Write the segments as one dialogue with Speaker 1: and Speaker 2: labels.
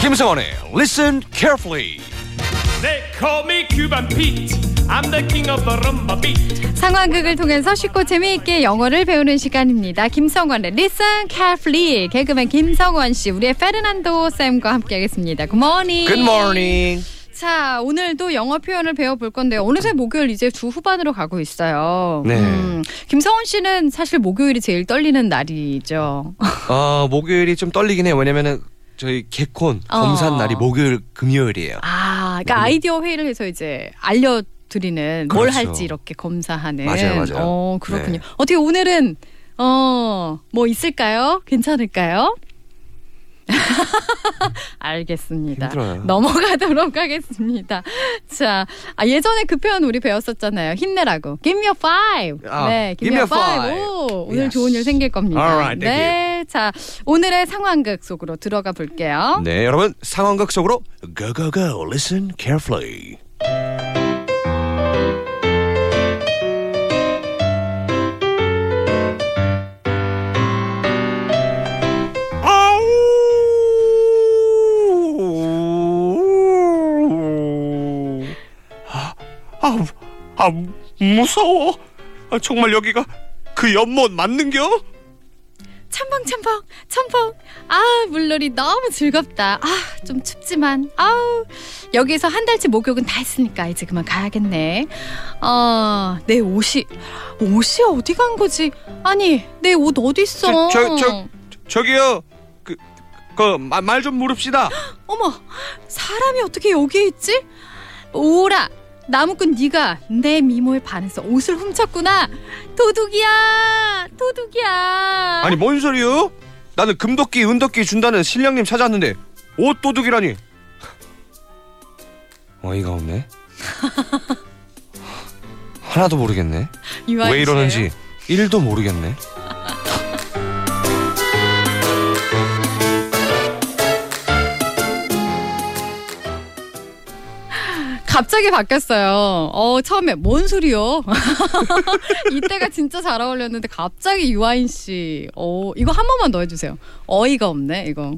Speaker 1: 김성원의 Listen Carefully.
Speaker 2: They call me Cuban Pete. I'm the king of the rumba beat.
Speaker 3: 상황극을 통해서 쉽고 재미있게 영어를 배우는 시간입니다. 김성원의 Listen Carefully 개그맨 김성원 씨, 우리의 페르난도 쌤과 함께하겠습니다. Good morning.
Speaker 1: Good morning.
Speaker 3: 자, 오늘도 영어 표현을 배워볼 건데요. 어느새 목요일 이제 주 후반으로 가고 있어요. 음,
Speaker 1: 네.
Speaker 3: 김성원 씨는 사실 목요일이 제일 떨리는 날이죠.
Speaker 1: 어, 목요일이 좀 떨리긴 해요. 왜냐면은 저희 개콘
Speaker 3: 어.
Speaker 1: 검산 날이 목요일 금요일이에요. 네.
Speaker 3: 아, 그러니까 아이디어 회의를 해서 이제 알려. 드리는 뭘
Speaker 1: 그렇죠.
Speaker 3: 할지 이렇게 검사하는
Speaker 1: 맞아요, 맞아요.
Speaker 3: 어 그렇군요
Speaker 1: 네.
Speaker 3: 어떻게 오늘은 어 뭐 있을까요 괜찮을까요 알겠습니다
Speaker 1: 힘들어요.
Speaker 3: 넘어가도록 하겠습니다 자 아, 예전에 그 표현 우리 배웠었잖아요 힘내라고 give me a five
Speaker 1: 아,
Speaker 3: 네 give, me a five, 오, 오늘
Speaker 1: Yes.
Speaker 3: 좋은 일 생길 겁니다
Speaker 1: Alright, thank
Speaker 3: 네자 오늘의 상황극 속으로 들어가 볼게요
Speaker 1: 네, 여러분 상황극 속으로 go go go listen carefully.
Speaker 2: 아, 아 무서워. 아, 정말 여기가 그 연못 맞는겨?
Speaker 3: 첨벙첨벙 첨벙 아 물놀이 너무 즐겁다 아 좀 춥지만 아우 여기서 한 달치 목욕은 다 했으니까 이제 그만 가야겠네 어 내 옷이 옷이 어디 간 거지 아니 내 옷 어디 있어
Speaker 1: 저- 저- 저- 저기요. 그, 그그말 좀 물읍시다.
Speaker 3: 어머 사람이 어떻게 여기에 있지 오라 나무꾼 네가 내 미모에 반해서 옷을 훔쳤구나 도둑이야 도둑이야
Speaker 1: 아니 뭔 소리요? 나는 금도끼 은도끼 준다는 신령님 찾았는데 옷 도둑이라니 어이가 없네 하나도 모르겠네
Speaker 3: 유아인
Speaker 1: 왜
Speaker 3: 씨예요?
Speaker 1: 이러는지 1도 모르겠네
Speaker 3: 갑자기 바뀌었어요. 어, 처음에 뭔 소리요? 이때가 진짜 잘 어울렸는데 갑자기 유아인 씨. 어, 이거 한 번만 더 해주세요. 어이가 없네, 이거.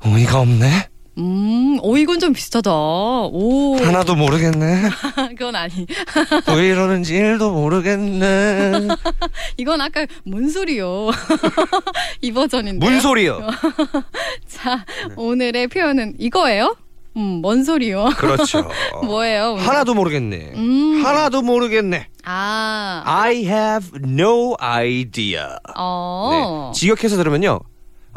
Speaker 1: 어이가 없네
Speaker 3: 음, 오, 이건 좀 비슷하다. 오,
Speaker 1: 하나도 모르겠네
Speaker 3: 그건 아니.
Speaker 1: 왜 이러는지 1도 모르겠네
Speaker 3: 이건 아까 뭔 소리요? 이 버전인데.
Speaker 1: 뭔 소리요?
Speaker 3: 자, 오늘의 표현은 이거예요? 음, 뭔 소리요?
Speaker 1: 그렇죠
Speaker 3: 뭐예요? 오늘?
Speaker 1: 하나도 모르겠네
Speaker 3: 음.
Speaker 1: 하나도 모르겠네
Speaker 3: 아,
Speaker 1: I have no idea
Speaker 3: 어.
Speaker 1: 네. 직역해서 들으면요.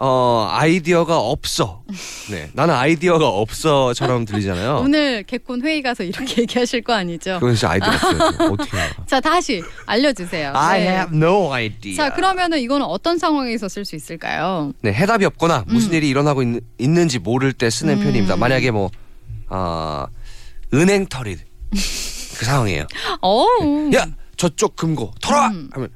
Speaker 1: 어, 아이디어가 없어. 네. 나는 아이디어가 없어처럼 들리잖아요.
Speaker 3: 오늘 개콘 회의 가서 이렇게 얘기하실 거 아니죠?
Speaker 1: 그건 진짜 아이디어 없어요. 어떻게 해요?
Speaker 3: 자 다시 알려주세요.
Speaker 1: I
Speaker 3: 네.
Speaker 1: have no idea.
Speaker 3: 자 그러면은 이거는 어떤 상황에서 쓸 수 있을까요?
Speaker 1: 네, 해답이 없거나 무슨 일이 일어나고 있, 있는지 모를 때 쓰는
Speaker 3: 음.
Speaker 1: 표현입니다. 만약에 뭐 어, 은행 털이 그 상황이에요.
Speaker 3: 어,
Speaker 1: 네. 야, 저쪽 금고 털어와
Speaker 3: 음.
Speaker 1: 하면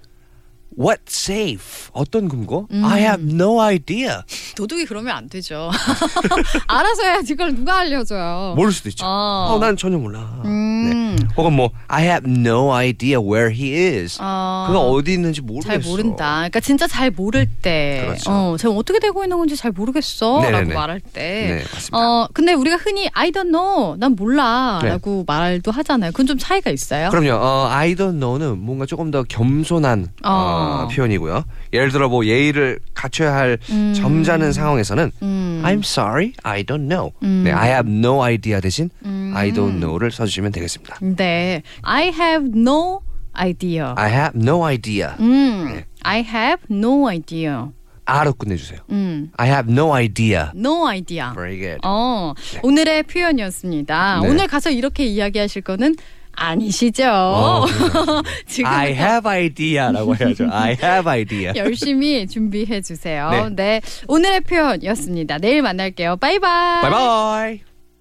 Speaker 1: What safe? 어떤 금고?
Speaker 3: 음.
Speaker 1: I have no idea.
Speaker 3: 도둑이 그러면 안 되죠. 알아서 해야지 그걸 누가 알려줘요.
Speaker 1: 모를 수도 있죠.
Speaker 3: 어.
Speaker 1: 어, 난 전혀 몰라. 네.
Speaker 3: 음,
Speaker 1: 혹은 뭐 I have no idea where he is.
Speaker 3: 어,
Speaker 1: 그가 어디 있는지 모르겠어.
Speaker 3: 잘 모른다. 그러니까 진짜 잘 모를 때,
Speaker 1: 그렇죠.
Speaker 3: 어, 제가 어떻게 되고 있는 건지 잘 모르겠어라고
Speaker 1: 네네네.
Speaker 3: 말할 때.
Speaker 1: 네, 맞습니다.
Speaker 3: 어, 근데 우리가 흔히 I don't know,
Speaker 1: 네.
Speaker 3: 난 몰라라고 말도 하잖아요. 그건 좀 차이가 있어요.
Speaker 1: 그럼요. 어, I don't know는 뭔가 조금 더 겸손한 어.
Speaker 3: 어.
Speaker 1: 표현이고요. 예를 들어 뭐 예의를 갖춰야 할
Speaker 3: 음.
Speaker 1: 점잖은 상황에서는
Speaker 3: 음.
Speaker 1: I'm sorry, I don't know.
Speaker 3: 음.
Speaker 1: 네, I have no idea 대신
Speaker 3: 음.
Speaker 1: I don't know를 써주시면 되겠습니다.
Speaker 3: 네, I have no idea.
Speaker 1: I have no idea.
Speaker 3: 음,
Speaker 1: 네.
Speaker 3: I have no idea.
Speaker 1: 아로 끝내주세요.
Speaker 3: 음,
Speaker 1: I have no idea.
Speaker 3: no idea.
Speaker 1: Very good.
Speaker 3: 음. 어, 오늘의 표현이었습니다.
Speaker 1: 네.
Speaker 3: 오늘 가서 이렇게 이야기하실 거는 아니시죠?
Speaker 1: 어,
Speaker 3: 지금
Speaker 1: I have idea라고 해야죠. I have idea.
Speaker 3: 열심히 준비해 주세요.
Speaker 1: 네.
Speaker 3: 네. 오늘의 표현이었습니다. 내일 만날게요. 바이바이.
Speaker 1: Bye bye.